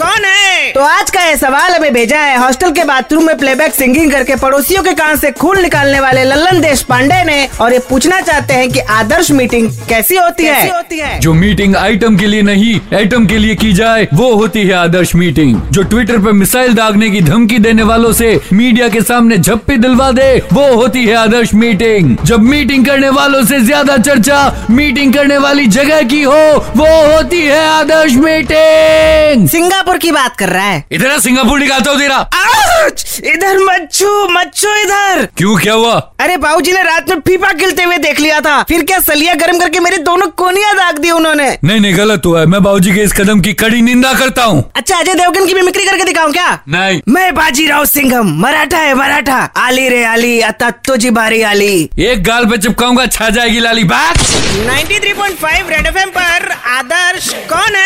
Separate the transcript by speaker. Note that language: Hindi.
Speaker 1: कौन है
Speaker 2: तो आज का ये सवाल हमें भेजा है हॉस्टल के बाथरूम में प्लेबैक सिंगिंग करके पड़ोसियों के कान से खून निकालने वाले लल्लन देश पांडे ने और ये पूछना चाहते हैं कि आदर्श मीटिंग कैसी होती है होती है
Speaker 3: जो मीटिंग आइटम के लिए नहीं एटम के लिए की जाए वो होती है आदर्श मीटिंग जो ट्विटर पर मिसाइल दागने की धमकी देने वालों से मीडिया के सामने झप्पी दिलवा दे वो होती है आदर्श मीटिंग जब मीटिंग करने वालों से ज्यादा चर्चा मीटिंग करने वाली जगह की हो वो होती है आदर्श मीटिंग
Speaker 2: सिंगापुर की बात कर रहा है
Speaker 3: इतना सिंगापुर निकालता हो तेरा
Speaker 2: आउच! इधर मच्छू मच्छू इधर
Speaker 3: क्यों क्या हुआ
Speaker 2: अरे बाबूजी ने रात में फीफा खेलते हुए देख लिया था फिर क्या सलिया गर्म करके मेरी दोनों कोनिया दाग दी उन्होंने
Speaker 3: नहीं नहीं गलत हुआ है मैं बाबूजी के इस कदम की कड़ी निंदा करता हूँ
Speaker 2: अच्छा अजय देवगन की मिमिक्री करके दिखाऊं क्या
Speaker 3: नहीं
Speaker 2: मैं बाजीराव सिंघम मराठा है मराठा आली रे आली आता तुझी बारी आली
Speaker 3: एक गाल पे चिपकाऊंगा छा जाएगी लाली बात
Speaker 1: 93.5 रेड एफएम पर आदर्श कौन है